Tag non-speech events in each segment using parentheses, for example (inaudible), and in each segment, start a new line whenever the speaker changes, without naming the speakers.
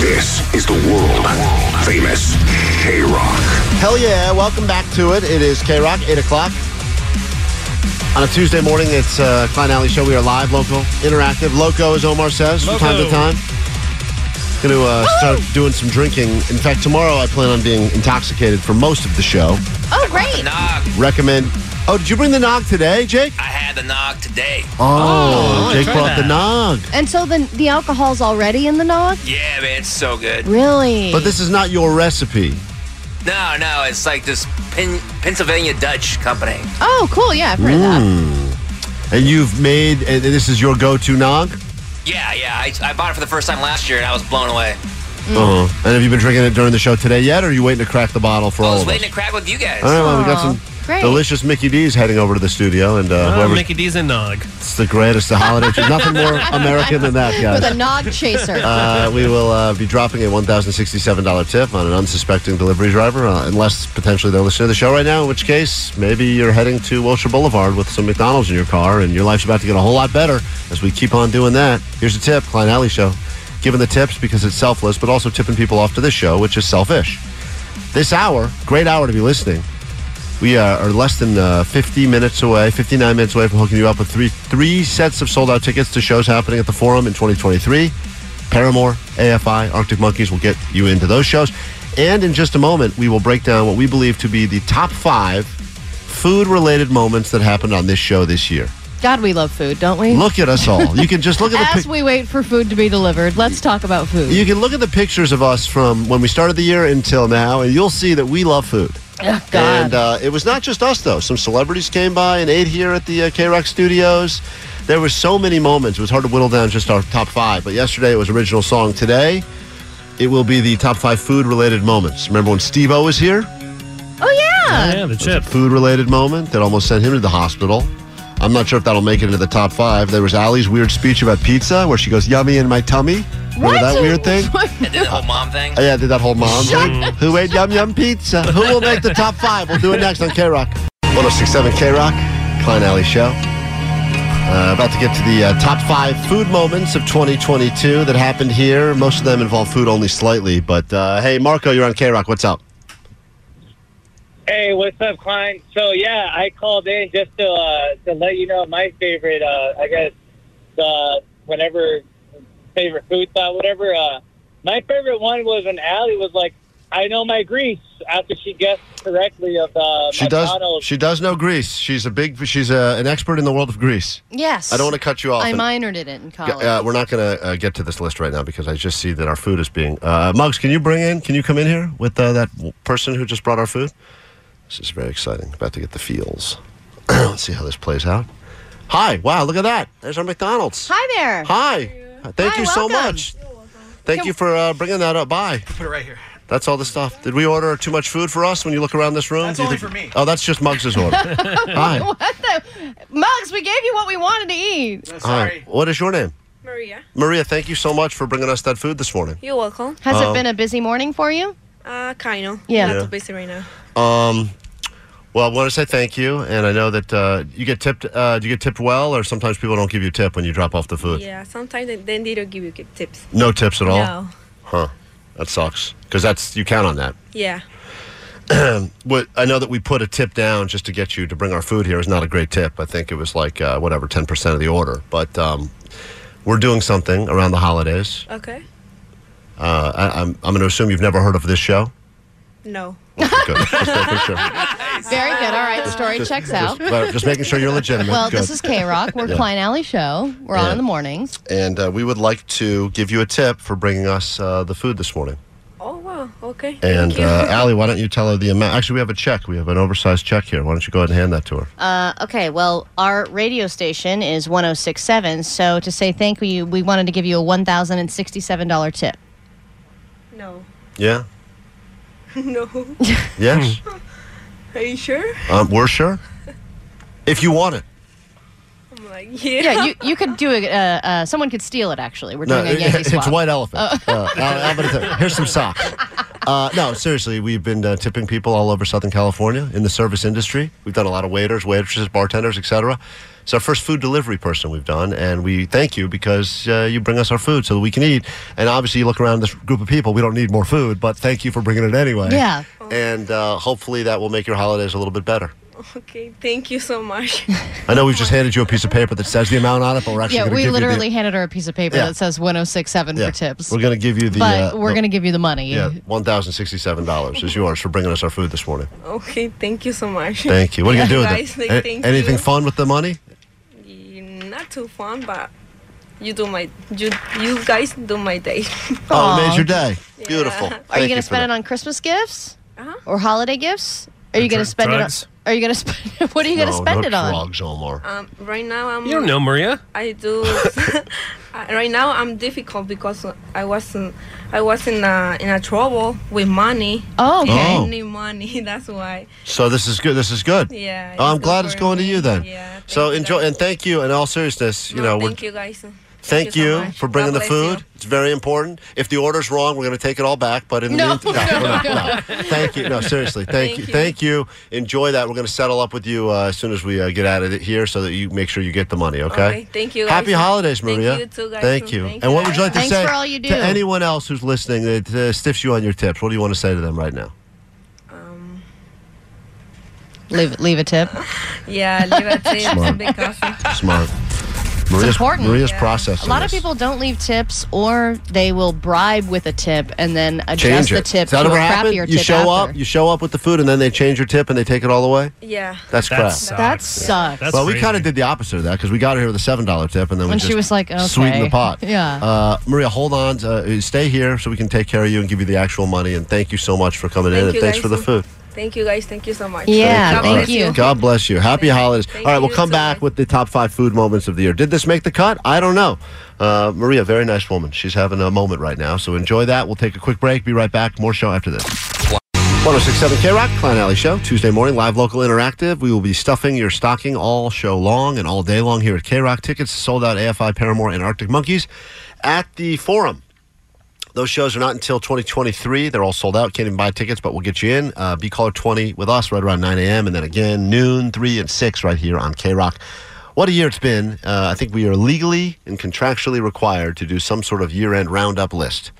This is the world famous K Rock.
Hell yeah, welcome back to it. It is K Rock, 8 o'clock. On a Tuesday morning, it's uh, Klein Alley Show. We are live, local, interactive. Loco, as Omar says, from time to
Loco.
time. Going to uh, start doing some drinking. In fact, tomorrow I plan on being intoxicated for most of the show.
Oh, great.
Nog.
Recommend. Oh, did you bring the nog today, Jake?
I had the nog today.
Oh,
Oh,
Jake
try
brought the
that.
nog.
And so the, the alcohol's already in the nog?
Yeah, man, it's so good.
Really?
But this is not your recipe.
No, no, it's like this Pin- Pennsylvania Dutch company.
Oh, cool. Yeah, I've heard of that.
Mm, And you've made, and this is your go to nog?
Yeah, yeah, I, I bought it for the first time last year and I was blown away. Mm.
Uh-huh. And have you been drinking it during the show today yet, or are you waiting to crack the bottle for
I
all
was
of us?
waiting to crack with you guys.
All right, well, we got some
Aw, great.
delicious Mickey D's heading over to the studio, and uh,
Oh,
Uh-huh.
whoever's
Mickey D's and Nog.
it's the greatest, the holiday treat. Nothing
(laughs)
more American than that,
With a
guys.
nog chaser.
(laughs) Uh, we will uh, be dropping a $1,067 tip on an unsuspecting delivery driver, uh, unless potentially they're listening to the show right now, in which case maybe you're heading to Wilshire Boulevard with some McDonald's in your car, and your life's about to get a whole lot better as we keep on doing that. Here's a tip Klein Alley Show. Giving the tips because it's selfless, but also tipping people off to this show, which is selfish. This hour, great hour to be listening. We uh, are less than uh, 50 minutes away, 59 minutes away from hooking you up with three three sets of sold out tickets to shows happening at the Forum in 2023. Paramore, AFI, Arctic Monkeys will get you into those shows. And in just a moment, we will break down what we believe to be the top five food related moments that happened on this show this year.
God, we love food, don't we?
Look at us all. You can just look
(laughs)
at the
As
pic-
we wait for food to be delivered, let's talk about food.
you can look at the pictures of us from when we started the year until now, and you'll see that we love food.
Oh,
Ugh, God.
And uh, it was not just us, though. Some celebrities came by and ate here at the uh, K Rock Studios. There were so many moments. It was hard to whittle down just our top five. But yesterday it was original song. Today it will be the top five food related moments. Remember when Steve O was here?
oh, yeah.
yeah, the chip.
Food related moment that almost sent him to the hospital. I'm not sure if that'll make it into the top five. There was Allie's weird speech about pizza where she goes, Yummy in my tummy. Remember
What?
that weird
(laughs)
thing?
And then the whole mom thing.
Oh, yeah, I did that whole mom thing. Who ate Yum Yum Pizza? Who will make the top five? We'll do it next on oh K Rock. 1067 K Rock, Klein Alley Show. Uh, about to get to the uh, top five food moments of 2022 that happened here. Most of them involve food only slightly, but uh, hey, Marco, you're on K Rock. What's up?
Hey, what's up, Klein? So yeah, I called in just to uh, to let you know my favorite. Uh, I guess uh, whenever favorite food thought, whatever. Uh, my favorite one was when Allie was like, "I know my grease," after she guessed correctly of uh,
She does.
McDonald's.
She does know Greece. She's a big. She's a, an expert in the world of Greece.
yes.
I don't want to cut you off.
I
and-
minored in it in
Oh.
college.
uh, we're not going to uh, get to this list right now because I just see that our food is being. Uh, Muggs, can you bring in? Can you come in here with uh, that w- person who just brought our food? This is very exciting. About to get the feels. (clears throat) Let's see how this plays out. Hi! Wow! Look at that. There's our McDonald's.
Hi there.
Hi. Thank
Hi,
you so
welcome.
much. Thank you for uh, bringing that up. Bye. Put it right here. That's all the stuff. Did we order too much food for us when you look around this room?
That's
Do you
only
think-
for me.
Oh, that's just Muggs'
(laughs)
order. Hi.
What the? Mugs, we gave you what we wanted to eat.
Hi. What is your name?
Maria.
Maria, thank you so much for bringing us that food this morning.
You're welcome.
Has
Oh.
it been a busy morning for you?
Uh, kind of.
Yeah.
Not
Yeah.
too busy right now.
Um, well, I want to say thank you, and I know that uh, you get tipped. Uh, do you get tipped well, or sometimes people don't give you a tip when you drop off the food?
Yeah. Sometimes they, then they don't give you good tips.
No tips at all.
No.
Huh? That sucks because that's you count on that.
Yeah.
What I know that we put a tip down just to get you to bring our food here is not a great tip. I think it was like uh, whatever ten percent of the order, but um, we're doing something around the holidays.
Okay.
Uh, I, I'm, I'm going to assume you've never heard of this
(laughs)
show.
No.
Okay, good. Just making sure.
Very good. All right, the story
Just-
checks
just-
out.
well, just making sure you're legitimate.
Well,
Good.
this is K Rock.
(laughs)
We're
Yeah.
Klein Alley Show. We're on
Yeah.
in the mornings.
and uh, we would like to give you a tip for bringing us uh, the food this morning.
Oh wow. Okay.
And
Thank you. (laughs)
uh, Allie, why don't you tell her the amount? Actually, we have a check. We have an oversized check here. Why don't you go ahead and hand that to her?
Uh, okay, well, our radio station is 1067. So to say thank you, we wanted to give you a $1,067 tip.
no. (laughs)
yeah.
no. (laughs)
Yes.
Are you sure?
um, we're sure. If you want it.
I'm like yeah. (laughs)
Yeah, you, you could do it. Uh, uh, someone could steal it, actually. We're doing a
(laughs)
Yankee
it's
swap.
white elephant.
Oh.
Uh, Allie, I'm gonna tell- here's some socks. Uh, no, seriously, we've been uh, tipping people all over Southern California in the service industry. We've done a lot of waiters, waitresses, bartenders, etc. It's our first food delivery person we've done, and we thank you because uh, you bring us our food so that we can eat. And obviously, you look around this group of people, we don't need more food, but thank you for bringing it anyway.
Yeah.
And uh, hopefully, that will make your holidays a little bit better.
Okay. Thank you
(laughs)
so much.
I know we've just handed you a piece of paper that says the amount on it, but we're actually
Yeah,
gonna
we
give you the-
literally handed her a piece of paper
Yeah.
that says 1067
Yeah.
for tips.
We're going to give you the.
but
uh,
we're
the-
going to give you the money.
Yeah, one thousand sixty-seven dollars is yours for bringing us our food this morning.
okay. Thank you so much.
Thank you. What are you gonna do
Guys,
with it?
like,
Any-
thank
anything
you.
fun with the money?
you. (laughs) Not too fun, but you do my you you guys do my day. (laughs)
Oh, it
Aw.
made your day. Beautiful.
Are you going to spend it on Christmas gifts or holiday gifts? Are you going to
Dr-
spend
drugs?
it on? Are you going to (laughs) spend? What are you going to spend it on?
Drugs, Omar.
Um, right now I'm.
You don't know, Maria.
I do. (laughs) I- right now I'm difficult because I wasn't. I was in a, in a trouble with money.
Oh, okay.
Oh.
I need money. (laughs) That's why.
So this is good. This is good.
Yeah.
Oh, I'm
good
glad
for
it's going to
me.
you then.
Yeah. thank
so
you,
enjoy
guys.
and thank you. In all seriousness, you
No,
know, we're,
thank you guys.
thank
so
you,
much.
for bringing
God
the
bless you.
food. It's very important. If the order's wrong, we're going to take it all back. But in
No,
the meantime,
no,
we're not.
(laughs)
no. thank you. No, seriously, thank,
Thank
you.
you.
Thank you. Enjoy that. We're going to settle up with you uh, as soon as we uh, get out of it here, so that you make sure you get the money. Okay.
Okay, thank you, guys.
Happy holidays,
Thank
Maria.
you too, guys.
Thank you.
Thank
and
you,
what would you like to
guys.
say
Thanks for all you do.
to anyone else who's listening that uh, stiffs you on your tips? What do you want to say to them right now?
Leave leave a (laughs) tip.
Yeah, leave it
Smart.
to because
Smart. Maria's,
important.
Maria's
Yeah.
processing.
A lot of
this.
people don't leave tips, or they will bribe with a tip and then adjust
change
the
it.
tip
Does that
to a
ever
crappier
happen?
tip.
You show
after.
up, you show up with the food, and then they change your tip and they take it all away.
yeah.
That's
That
crap.
sucks.
that sucks.
That's
well, we
crazy.
kind of did the opposite of that because we got her here with a seven dollar tip, and then we
And
just
she was like, okay.
sweeten the pot."
(laughs) Yeah.
uh, Maria, hold on, uh, stay here so we can take care of you and give you the actual money. And thank you so much for coming in,
Thank
and
you
thanks
guys.
for the food.
Thank you, guys. Thank you so much.
Yeah,
God
All
thank
right.
bless
you.
God bless you. Happy holidays.
Thank
All right, we'll
you
come
so
back
much.
with the top five food moments of the year. Did this make the cut? I don't know. Uh, Maria, very nice woman. She's having a moment right now, so enjoy that. We'll take a quick break. Be right back. More show after this. 1067 K Rock, Klein Alley Show, Tuesday morning, live local interactive. We will be stuffing your stocking all show long and all day long here at K Rock. Tickets sold out AFI Paramore and Arctic Monkeys at the Forum. Those shows are not until 2023. They're all sold out. Can't even buy tickets, but we'll get you in. Uh, be caller 20 with us right around 9 a.m. and then again noon, 3 and 6 right here on K Rock. What a year it's been. Uh, I think we are legally and contractually required to do some sort of year end roundup list.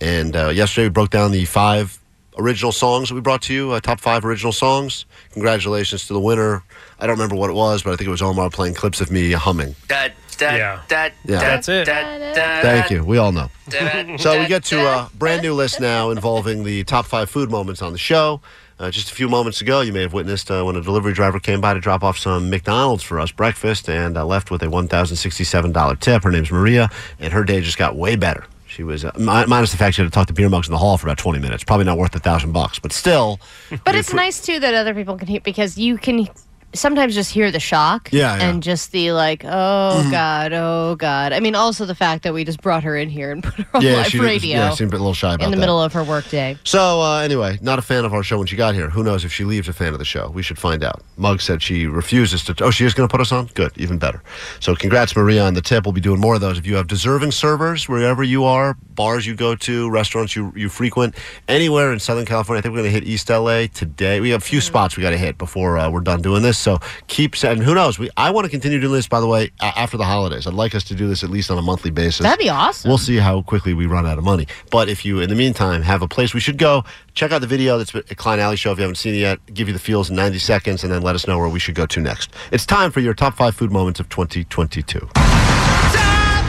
And uh, yesterday we broke down the five original songs that we brought to you, uh, top five original songs. Congratulations to the winner. I don't remember what it was, but I think it was Omar playing clips of me humming.
Da, da,
Yeah.
da, da,
Yeah.
That's it.
da, da,
Thank
da,
you. We all know.
da,
(laughs)
da,
So we get
da,
to
da.
a brand new list now involving the top five food moments on the show. Uh, just a few moments ago, you may have witnessed uh, when a delivery driver came by to drop off some McDonald's for us breakfast and uh, left with a $1,067 tip. Her name's Maria, and her day just got way better. She was, uh, mi- minus the fact she had to talk to beer mugs in the hall for about 20 minutes. Probably not worth a thousand bucks, but still.
But it's nice too that other people can hear because you can sometimes just hear the shock
Yeah, Mm-hmm. yeah.
and just the like, oh god, oh god. I mean, also the fact that we just brought her in here and put her on
Yeah,
live
she did-
radio
yeah, seemed a little shy about
in the
that.
middle of her workday.
So uh, anyway, not a fan of our show when she got here. Who knows if she leaves a fan of the show? We should find out. Mug said she refuses to. Oh, she is going to put us on. Good, even better. So congrats, Maria, on the tip. We'll be doing more of those. If you have deserving servers wherever you are, bars you go to, restaurants you you frequent, anywhere in Southern California, I think we're going to hit East LA today. We have a few spots we got to hit before uh, we're done doing this. So keep sending. Who knows? We I want to continue doing this. By the way, a- after the holidays, I'd like us to do this at least on a monthly basis.
That'd be awesome.
We'll see how quickly we run out of money. But if you, in the meantime, have a place we should go, check out the video that's at Klein Alley Show if you haven't seen it yet. Give you the feels in 90 seconds, and then let us know where we should go to next. It's time for your top five food moments of 2022.
Top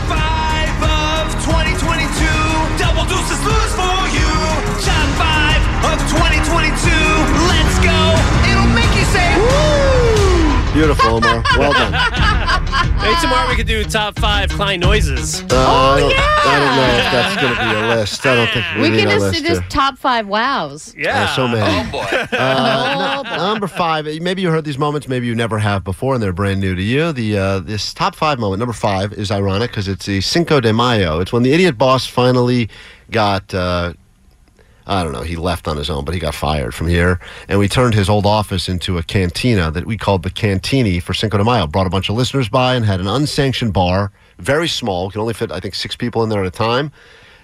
five of 2022. Double deuces loose.
Beautiful, Omar. Well done. (laughs)
Maybe tomorrow we could do top five Klein noises.
Uh, I, don't, I don't know if that's going to be a list. I don't think we,
We
need
can
a
just
list
do this
here.
top five wows.
Yeah.
There's so
Oh
(laughs)
many.
boy.
Uh, n- number five. Maybe you heard these moments. Maybe you never have before, and they're brand new to you. The uh, this top five moment. Number five is ironic because it's the Cinco de Mayo. It's when the idiot boss finally got. Uh, I don't know. He left on his own, but he got fired from here, and we turned his old office into a cantina that we called the Cantini for Cinco de Mayo. Brought a bunch of listeners by and had an unsanctioned bar, very small. Could only fit, I think, six people in there at a time.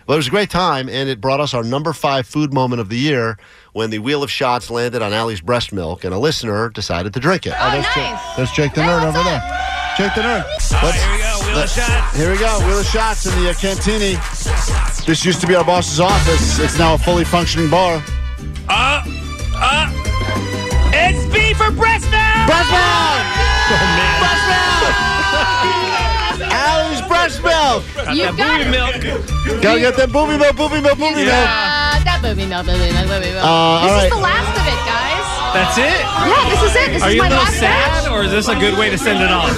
Well, it was a great time, and it brought us our number five food moment of the year when the wheel of shots landed on Allie's breast milk, and a listener decided to drink it. Oh,
there's nice. Jake-
there's Jake the Nerd over there. Jake the Nerd.
here
Here we
we go. Wheel of shots.
go. Wheel of shots in the uh, Cantini. This used to be our boss's office. It's now a fully functioning bar.
Uh, It's B for breast milk.
Breast milk! Breast milk! Allie's breast milk!
You got
Booty
it.
milk.
Gotta get that booby milk, booby milk, booby milk.
Uh, that booby milk, booby milk, booby milk.
Uh, all
this
right.
is the last of it, guys.
That's it.
Yeah, this is it. This
Are
is
you a
my
little
last batch.
sad, or is this a good way to send it off?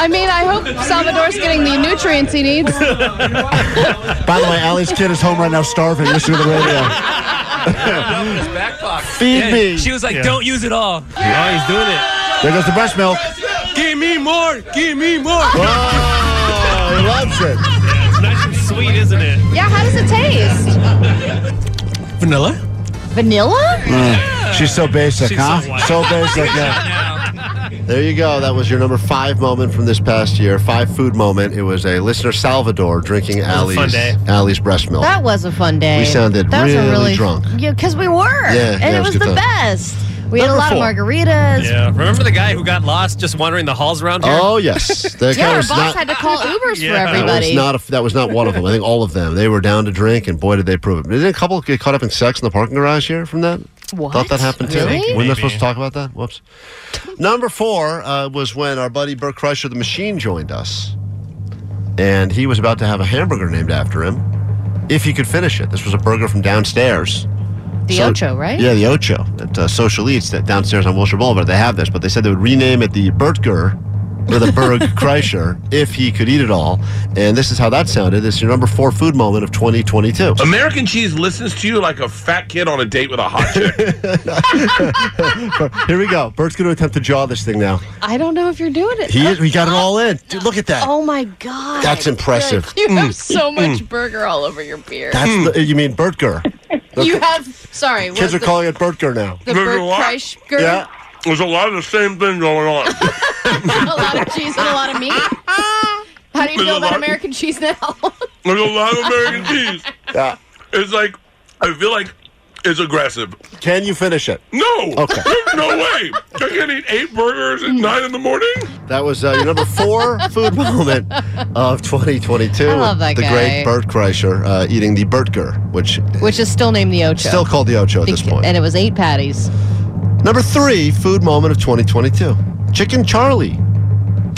I mean, I hope Salvador's getting the nutrients he
(laughs)
needs.
By the way, Allie's kid is home right now starving, listening to the radio.
Open his back pocket.
Feed me.
She was like, "Don't use it all."
Oh, he's doing it.
there goes the breast milk.
Give me more. Give me more.
Oh, he loves it.
It's nice and sweet, isn't it?
Yeah, how does it taste?
Vanilla.
Vanilla?
Mm. She's so basic,
She's
huh?
so white.
So, basic, yeah. (laughs) There you go. That was your number five moment from this past year. Five food moment. It was a listener Salvador drinking
was a fun
Allie's
day.
Allie's breast milk.
That was a fun day.
We sounded
that was
really
a really
drunk.
Yeah, because we were.
Yeah,
and
yeah, it
it
was
was,
good time.
the best. We had
Number
a lot
four.
of margaritas.
Yeah. Remember the guy who got lost just wandering the halls around here?
Oh
(laughs)
yes, that
Yeah,
guy
our
was
boss
not.
had to
(laughs)
call Ubers
Yeah.
for
That
that was
was
everybody.
not. A, that was not one of them. I think all of them. They were down to drink, and boy, did they prove it. Didn't a couple get caught up in sex in the parking garage here from that?
What?
Thought that happened too.
Really?
We're not supposed to talk about that. Whoops. Number four uh, was when our buddy Bert Kreischer, the machine, joined us, and he was about to have a hamburger named after him if he could finish it. This was a burger from downstairs.
The
So-
Ocho, right?
Yeah, the Ocho at uh, Social Eats that downstairs on Wilshire Boulevard. They have this, but they said they would rename it the Burtger or the
(laughs)
Berg Kreischer if he could eat it all. And this is how that sounded. This is your number four food moment of
(laughs)
2022.
American cheese listens to you like a fat kid on a date with a hot chick.
Here we go. Bert's going to attempt to jaw this thing now.
I don't know if you're doing it.
He we got it all in. Dude, look at that.
oh my god.
That's impressive. Mm.
You have so much burger all over your beard.
Hmm.
That's the, you mean
(laughs)
Burtger?
You have. Sorry. what
Kids
was
are
the,
calling it Burtger now.
the
Burger
Bert
what?
Kreischer.
Yeah.
(laughs) There's a lot of the same thing going on.
A lot of cheese and a lot
(laughs)
of meat. How do you feel about American cheese now?
There's a lot of American cheese.
Yeah.
It's like I feel like it's aggressive.
Can you finish it?
No.
Okay.
There's no way. I can't eat eight burgers at nine in the morning.
That was uh, your number
(laughs)
four food moment of 2022.
I love that
the
guy.
great Bert Kreischer uh, eating the Burtger, which,
(laughs) Which is still named the Ocho.
still called the Ocho at
The-
this point.
And it was eight patties.
Number three food moment of 2022 Chicken Charlie.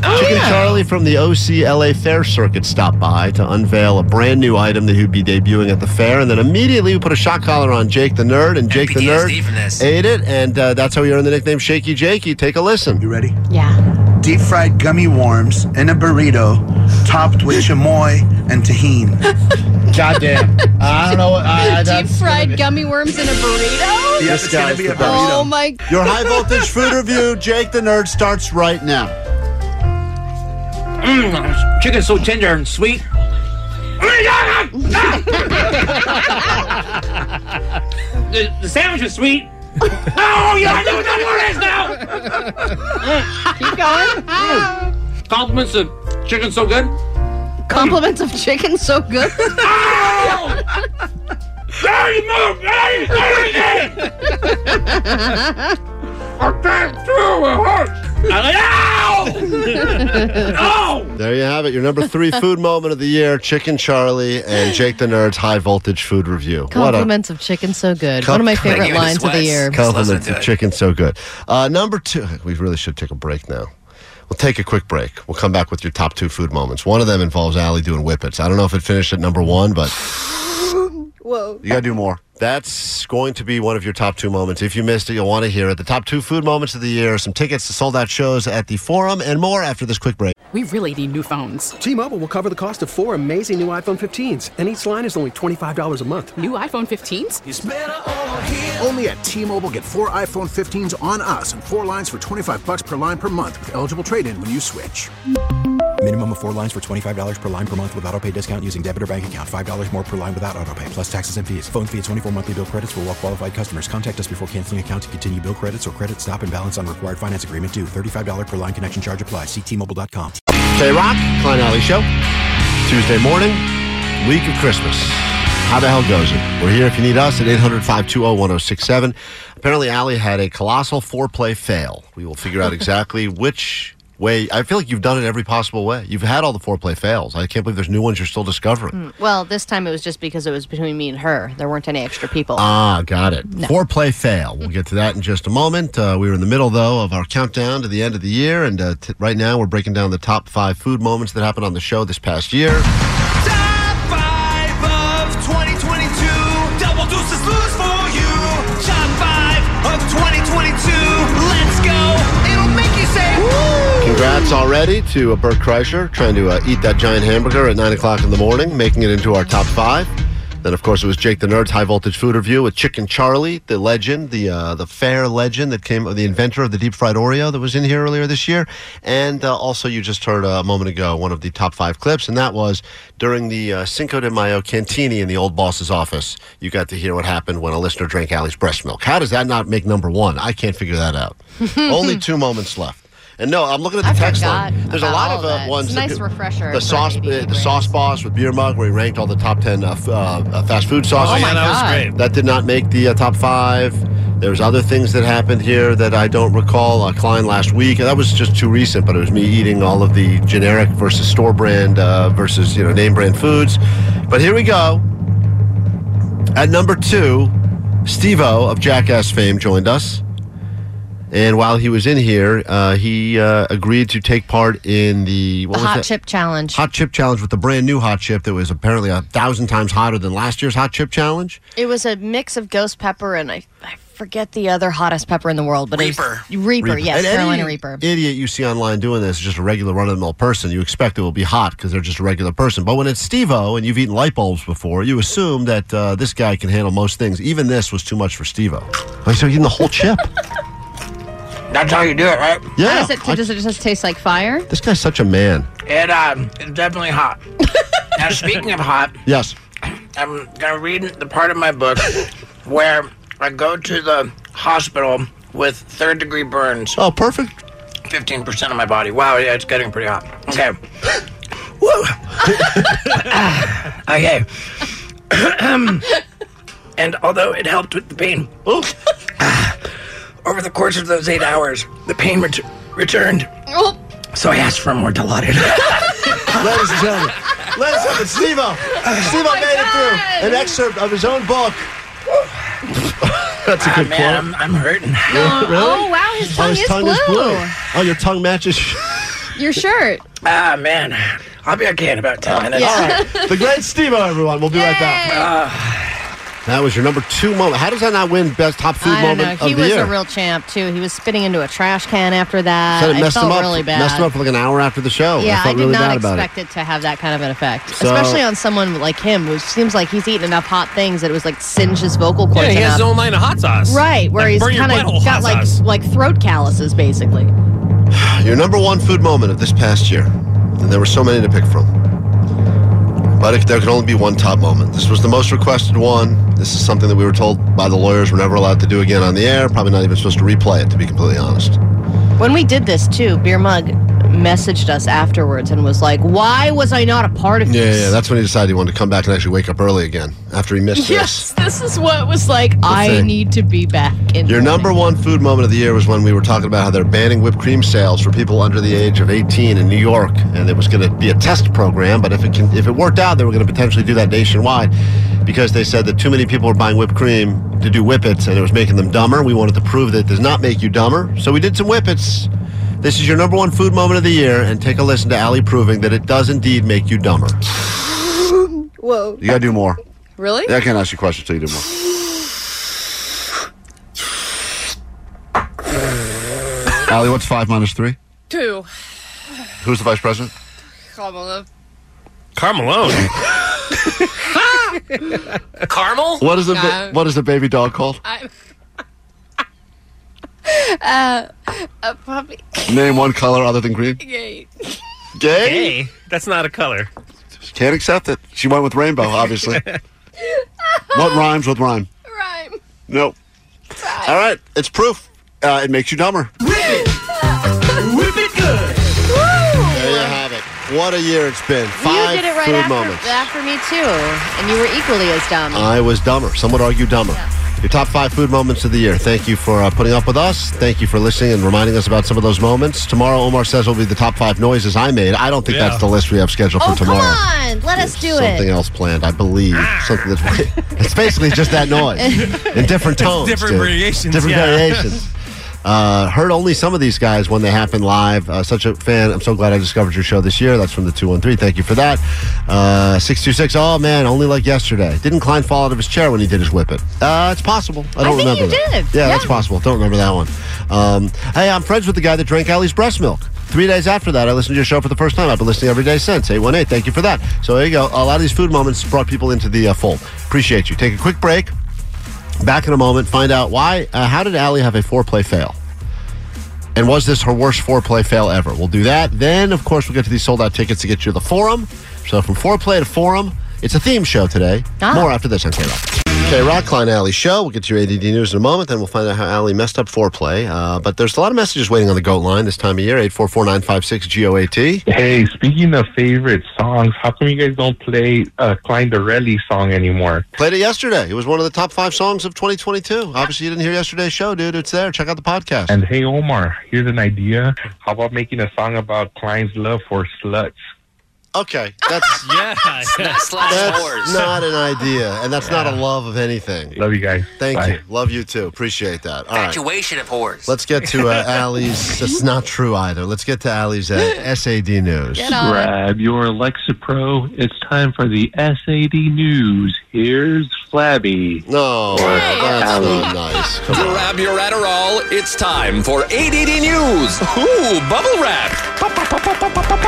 Oh,
Chicken Charlie from the OCLA Fair Circuit stopped by to unveil a brand new item that he'd be debuting at the fair, and then immediately we put a shot collar on Jake the Nerd, and Jake the
PTSD
Nerd
from this.
ate it, and uh, that's how he earned the nickname Shaky Jakey. Take a listen.
You ready?
Yeah.
Deep fried gummy worms in a burrito, topped with chamoy and
(laughs)
tahine.
Goddamn, I don't know. What, I, I,
(laughs) Deep fried gummy worms in a burrito?
This
it's gonna
guy's
be a
the best.
Oh
burrito.
my.
Your high voltage food review, Jake the Nerd, starts right now.
Chicken's so tender and sweet. the, the sandwich was sweet. oh, yeah, I know what that word is now. Keep going. (laughs) Compliments of chicken so good.
Compliments of chicken so good.
Hey, you mother- hey, hey, hey.
(laughs)
I can't do it.
(laughs)
It hurts.
There you have it. Your number three food moment of the year: Chicken Charlie and Jake the Nerd's high voltage food review. What a
Compliments of chicken so good. One of my
Compliment-
favorite
Give it a
lines of the
slice.
year.
Just
compliments
listen to
of
it.
chicken so good. Uh, number two, we really should take a break now. We'll take a quick break. We'll come back with your top two food moments. One of them involves Allie doing whippets. I don't know if it finished at number one, but whoa, you gotta do more. That's going to be one of your top two moments. If you missed it, you'll want to hear it. The top two food moments of the year, some tickets to sold out shows at the Forum, and more after this quick break.
We really need new phones. T-Mobile will cover the cost of four amazing new iPhone 15s, and each line is only twenty-five dollars a month. New iPhone 15s?
Only at T-Mobile, get four iPhone 15s on us, and four lines for twenty-five bucks per line per month with eligible trade-in when you switch.
Minimum of four lines for $25 per line per month with auto pay discount using debit or bank account. $5 more per line without auto pay, plus taxes and fees. Phone fee at 24 monthly bill credits for all well qualified customers. Contact us before canceling account to continue bill credits or credit stop and balance on required finance agreement due. $35 per line connection charge apply. Ctmobile.com.
K-Rock, Klein Alley Show, Tuesday morning, week of Christmas. How the hell goes it? We're here if you need us at 800-520-1067. Apparently, Alley had a colossal foreplay fail. We will figure out exactly which way. I feel like you've done it every possible way. You've had all the foreplay fails. I can't believe there's new ones you're still discovering.
Mm, Well, this time it was just because it was between me and her. There weren't any extra people.
Ah, got it. Foreplay fail. We'll get to that in just a moment. Uh, we were in the middle, though, of our countdown to the end of the year, and uh, t- right now we're breaking down the top five food moments that happened on the show this past year.
Five of 2022. Double deuces lose for you. Top five of 2022. Let's go. It'll make you say, woo.
Congrats already to uh, Bert Kreischer trying to uh, eat that giant hamburger at 9 o'clock in the morning, making it into our top five. Then, of course, it was Jake the Nerd's High Voltage Food Review with Chicken Charlie, the legend, the uh, the fair legend that came, the inventor of the deep fried Oreo that was in here earlier this year. And uh, also, you just heard uh, a moment ago one of the top five clips, and that was during the uh, Cinco de Mayo Cantini in the old boss's office. You got to hear what happened when a listener drank Allie's breast milk. How does that not make number one? I can't figure that out. Only two moments left. And no, I'm looking at the
I
text
forgot
line. There's a
about
lot
all
of
that.
uh,
It's
ones.
a
that
nice
do-
refresher
The
for
sauce, uh, the sauce boss with beer mug, where he ranked all the top ten uh, f- uh, uh, fast food sauces.
Oh my Yeah, that was God. great.
That did not make the uh, top five. There's other things that happened here that I don't recall. Uh, Klein last week, and that was just too recent. But it was me eating all of the generic versus store brand uh, versus you know name brand foods. But here we go. At number two, Steve O of Jackass fame joined us. And while he was in here, uh, he uh, agreed to take part in the, what
the
was
hot
that?
chip challenge.
Hot chip challenge with the brand new hot chip that was apparently a thousand times hotter than last year's hot chip challenge.
It was a mix of ghost pepper and I, I forget the other hottest pepper in the world, but
Reaper.
it was Reaper. yes,
And any
Carolina Reaper.
Idiot you see online doing this is just a regular run of the mill person. You expect it will be hot because they're just a regular person. But when it's Steve O and you've eaten light bulbs before, you assume that uh, this guy can handle most things. Even this was too much for Steve O. Oh, so eating the whole
(laughs)
chip.
That's how you do it, right?
Yeah.
How does it,
I-
does it just taste like fire?
This guy's such a man.
It um, it's definitely
(laughs)
hot. now, speaking of hot,
Yes.
I'm gonna read the part of my book where I go to the hospital with third degree burns.
Oh, perfect.
Fifteen percent of my body. Wow, yeah, it's getting pretty hot. Okay.
(laughs)
Woo. (laughs) okay. (clears throat) and although it helped with the pain, over the course of those eight hours, the pain ret- returned. So I asked for more Dilaudid.
Ladies and gentlemen, ladies and gentlemen, Steve O.
Oh
Steve O made it through. An excerpt of his own
(laughs)
book. That's a (laughs) good
Ah, man,
quote.
I'm, I'm hurting.
Yeah, really?
Oh, wow, his tongue is blue.
Oh, your tongue
(laughs)
matches.
Your shirt.
Ah, man. I'll be okay in about 10 minutes.
All right. The great Steve O, everyone. We'll be right back. (sighs) That was your number two moment. How does that not win best top food
I don't know.
moment
He
of the
was
year?
a real champ too. He was spitting into a trash can after that.
Said it
I
messed
felt
him up.
really bad.
Messed him up for like an hour after the show.
Yeah, I,
felt
did
really
not
bad about
expect it. to have that kind of an effect,
So-
especially on someone like him, who seems like he's eating enough hot things that it was like singed his vocal cords.
Yeah, he has
enough.
his own line of hot sauce.
Right, where
Like,
he's
burn your
kind
butthole
of got
hot
like
sauce.
like throat calluses, basically.
it. Your number one food moment of this past year, and there were so many to pick from. But it, there could only be one top moment. This was the most requested one. This is something that we were told by the lawyers we're never allowed to do again on the air. Probably not even supposed to replay it, to be completely honest.
When we did this too, Beer Mug messaged us afterwards and was like, "Why was I not a part of
Yeah, yeah,
this?"
yeah. That's when he decided he wanted to come back and actually wake up early again after he
(laughs)
missed this.
yes, this is what was like. I
thing.
need to be back in.
Your number one food moment of the year was when we were talking about how they're banning whipped cream sales for people under the age of 18 in New York, and it was going to be a test program. But if it can, if it worked out, they were going to potentially do that nationwide because they said that too many people were buying whipped cream to do whippets, and it was making them dumber. We wanted to prove that it does not make you dumber, so we did some whippets. This is your number one food moment of the year, and take a listen to Allie proving that it does indeed make you dumber.
Whoa.
You got to do more.
Really?
Yeah, I can't ask you questions till you do more. Allie, what's five minus three?
Two.
Who's the vice president?
Kamala.
Carmelone.
Carmel?
What is the
No.
ba- what is the baby dog called?
I'm. (laughs) uh, a puppy.
Name one color other than green.
Gay.
Gay.
That's not
(laughs)
a color.
Can't accept it. She went with rainbow, obviously.
(laughs)
what rhymes with rhyme?
Rhyme.
Nope. All right, it's proof. Uh, it makes you dumber.
Whip it good.
There you have it. What a year it's been. Five
you did it right
food
after,
moments.
after me too, and you were equally as dumb.
I was dumber. Some would argue dumber. Your top five food moments of the year. Thank you for uh, putting up with us. Thank you for listening and reminding us about some of those moments. Tomorrow, Omar says will be the top five noises I made. I don't think
Yeah.
that's the list we have scheduled
oh
for tomorrow.
come on, let us do
Something
it.
else planned, I believe. Something that's (laughs) it's basically just that
(laughs)
noise in different
It's
tones,
different
dude.
variations,
different
yeah.
variations. Uh, heard only some of these guys when they happen live. Uh, such a fan. I'm so glad I discovered your show this year. That's from the 213. Thank you for that. Uh, 626. Oh, man. Only like yesterday. Didn't Klein fall out of his chair when he did his whip it? Uh, it's possible. I don't
I think
remember.
you
that.
did.
Yeah,
Yeah.
that's possible. Don't remember that one. Um, hey, I'm friends with the guy that drank Allie's breast milk. Three days after that, I listened to your show for the first time. I've been listening every day since. 818, thank you for that. So there you go. A lot of these food moments brought people into the uh, fold. Appreciate you. Take a quick break. Back in a moment. Find out why. Uh, how did Allie have a foreplay fail? And was this her worst foreplay fail ever? We'll do that. Then, of course, we'll get to these sold out tickets to get you to the forum. So from foreplay to forum, it's a theme show today. More after this on K Rock. Okay, Rock Klein Alley Show. We'll get to your ADD news in a moment. Then we'll find out how Alley messed up foreplay. Uh, but there's a lot of messages waiting on the GOAT line this time of year 844 956 GOAT.
Hey, speaking of favorite songs, how come you guys don't play uh, Klein Dorelli song anymore?
Played it yesterday. It was one of the top five songs of 2022. Obviously, you didn't hear yesterday's show, dude. It's there. Check out the podcast.
And hey, Omar, here's an idea. How about making a song about Klein's love for sluts?
Okay, that's
yeah,
That's slash
that's
whores.
not an idea, and that's not a love of anything.
Love you guys.
Thank
Bye.
you. Love you too. Appreciate that. All right.
Infatuation of whores.
Let's get to uh, Allie's. That's not true either. Let's get to Allie's
(laughs)
uh, SAD news.
Get on.
Grab your Alexa Pro. It's time for the SAD news. Here's Flabby.
No,
that's
Oh, not nice.
Grab your Adderall. It's time for ADD News. Ooh, bubble wrap.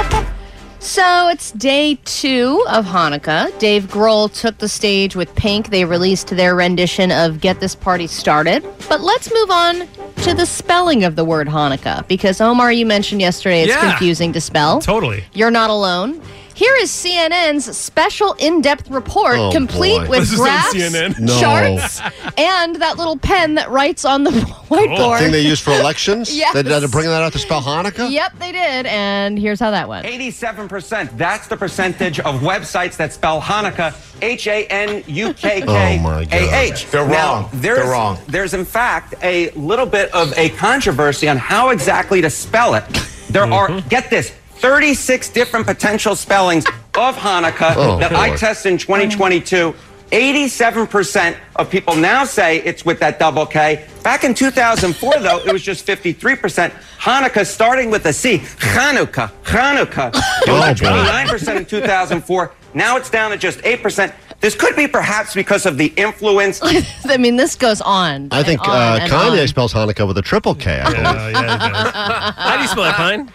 So it's day two of Hanukkah. Dave Grohl took the stage with Pink. They released their rendition of "Get This Party Started." But let's move on to the spelling of the word Hanukkah because Omar, you mentioned yesterday it's
Yeah.
confusing to spell.
Totally.
You're not alone. Here is CNN's special in-depth report,
Oh,
complete
boy.
with
This is on
graphs,
CNN. No.
charts, and that little pen that writes on the (laughs)
The
whiteboard.
thing they use for
(laughs)
elections?
Yes.
They had to bring that out to spell Hanukkah?
Yep, they did. And here's how that went.
87%. That's the percentage of websites that spell Hanukkah, H A N U K
Oh, my
K
God.
A H.
They're
Now,
wrong.
There's,
They're wrong.
There's, in fact, a little bit of a controversy on how exactly to spell it. There are,
Mm-hmm.
get this, 36 different potential spellings of Hanukkah
Oh,
that I
Lord.
tested in 2022. 87% of people now say it's with that double K. Back in 2004, though, it was just 53%. Hanukkah starting with a C. Hanukkah. Hanukkah.
(laughs)
It was at
Oh, boy.
29% in 2004. Now it's down to just 8%. This could be perhaps because of the influence.
(laughs)
(laughs) I mean, this goes on.
I think
and
uh,
on and
Kanye
on.
spells Hanukkah with a triple K.
(laughs)
I, believe.
How do you spell it, Pine?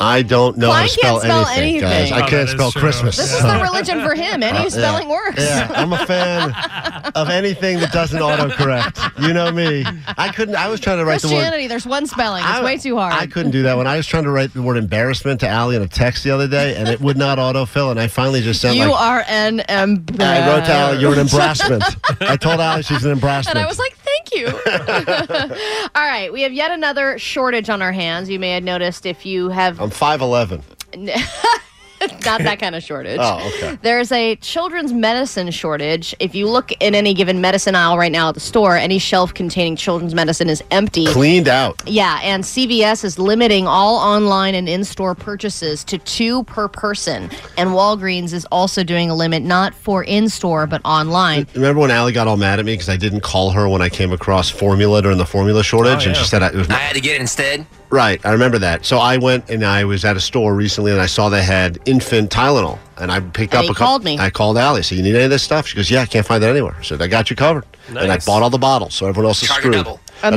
I don't know how
Klein
to spell,
can't spell
anything, guys.
anything.
I
Oh,
can't
that
spell
is true.
Christmas.
This is the (laughs) religion for him. Any
Uh, yeah.
spelling
(laughs)
works.
Yeah, I'm a fan of anything that doesn't autocorrect. You know me. I couldn't. I was trying to write the word.
Christianity, there's one spelling. It's way too hard.
I couldn't do that when I was trying to write the word embarrassment to Allie in a text the other day, and it would not autofill. And I finally just sent
You
like,
are an embarrassment.
I wrote to Allie,
(laughs)
"You're an embarrassment." I told Allie she's an embarrassment.
And I was like,
(laughs)
thank you. (laughs) All right, we have yet another shortage on our hands. You may have noticed if you have
I'm five eleven.
not that kind of shortage.
Oh, okay.
There's a children's medicine shortage. If you look in any given medicine aisle right now at the store, any shelf containing children's medicine is empty.
Cleaned out.
Yeah, and CVS is limiting all online and in store purchases to two per person. And Walgreens is also doing a limit, not for in store, but online.
Remember when Allie got all mad at me because I didn't call her when I came across formula during the formula shortage, and she said I, it was
I
my
had to get it instead.
Right, I remember that. So I went and I was at a store recently, and I saw they had infant Tylenol, and I picked
And
up
you
a couple.
called me.
I called Allie. So you need any of this stuff? She goes, Yeah, I can't find that anywhere. I said, I got you covered, and I
Nice.
bought all the bottles, so everyone else is screwed.
And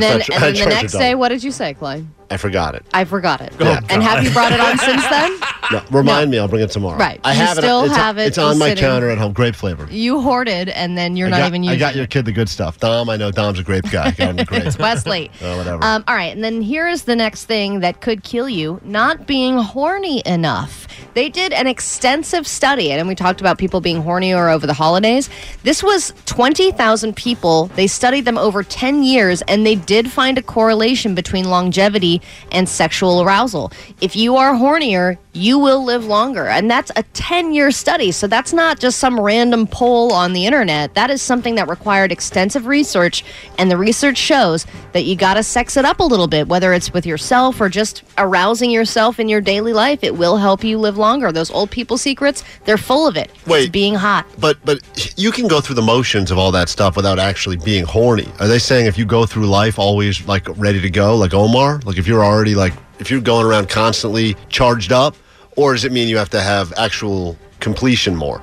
That's
then,
not true.
and
I
then the
charge a
next
double.
day, what did you say, Clay?
I forgot it.
I forgot it.
Oh, God.
and have you brought it on since
(laughs)
then?
No, remind me. I'll bring it tomorrow.
Right.
I
You
have
still
it. It's,
have it
It's on my
sitting-
counter at home. Grape flavor.
You hoarded, and then you're
I
not
got,
even
I
using
got your kid the good stuff. Dom, I know Dom's a grape guy. Got him
(laughs)
the grape.
it's Wesley.
(laughs) Oh, whatever.
Um, all right, and then here is the next thing that could kill you: not being horny enough. They did an extensive study, and we talked about people being hornier over the holidays. This was twenty thousand people. They studied them over ten years, and they did find a correlation between longevity and sexual arousal. If you are hornier, you will live longer, and that's a ten-year study. So that's not just some random poll on the internet. That is something that required extensive research, and the research shows that you got to sex it up a little bit, whether it's with yourself or just arousing yourself in your daily life. It will help you live longer. Those old people secrets, they're full of it.
Wait.
Being hot.
But but you can go through the motions of all that stuff without actually being horny. Are they saying if you go through life always like ready to go, like Omar, like if you're already like if you're going around constantly charged up, or does it mean you have to have actual completion more?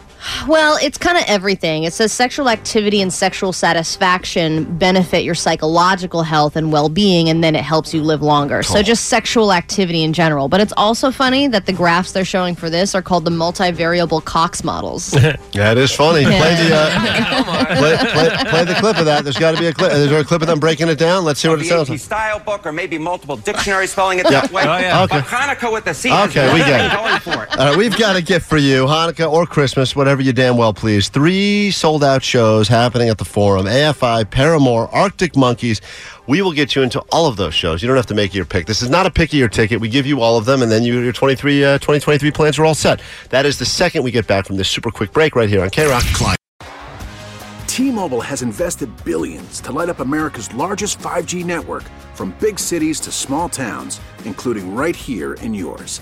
Well, it's kind of everything. It says sexual activity and sexual satisfaction benefit your psychological health and well being, and then it helps you live longer. So, just sexual activity in general. But it's also funny that the graphs they're showing for this are called the multivariable Cox models.
Yeah, it is funny. Play the uh, play, play,
Come
play the clip of that. There's got to be a clip. Is there a clip of them breaking it down? Let's hear what it sounds
The
like.
style book, or maybe multiple dictionaries spelling it
Yeah.
that way.
Oh, yeah. Okay.
But Hanukkah with the C. has
Okay, we
nothing
get it.
Going for it.
All right, we've got a gift for you, Hanukkah or Christmas, whatever you damn well please. Three sold out shows happening at the Forum AFI, Paramore, Arctic Monkeys. We will get you into all of those shows. You don't have to make your pick. This is not a picky your ticket. We give you all of them, and then you, your 23, uh, 2023 plans are all set. That is the second we get back from this super quick break right here on K Rock.
T-Mobile has invested billions to light up America's largest 5G network from big cities to small towns, including right here in yours.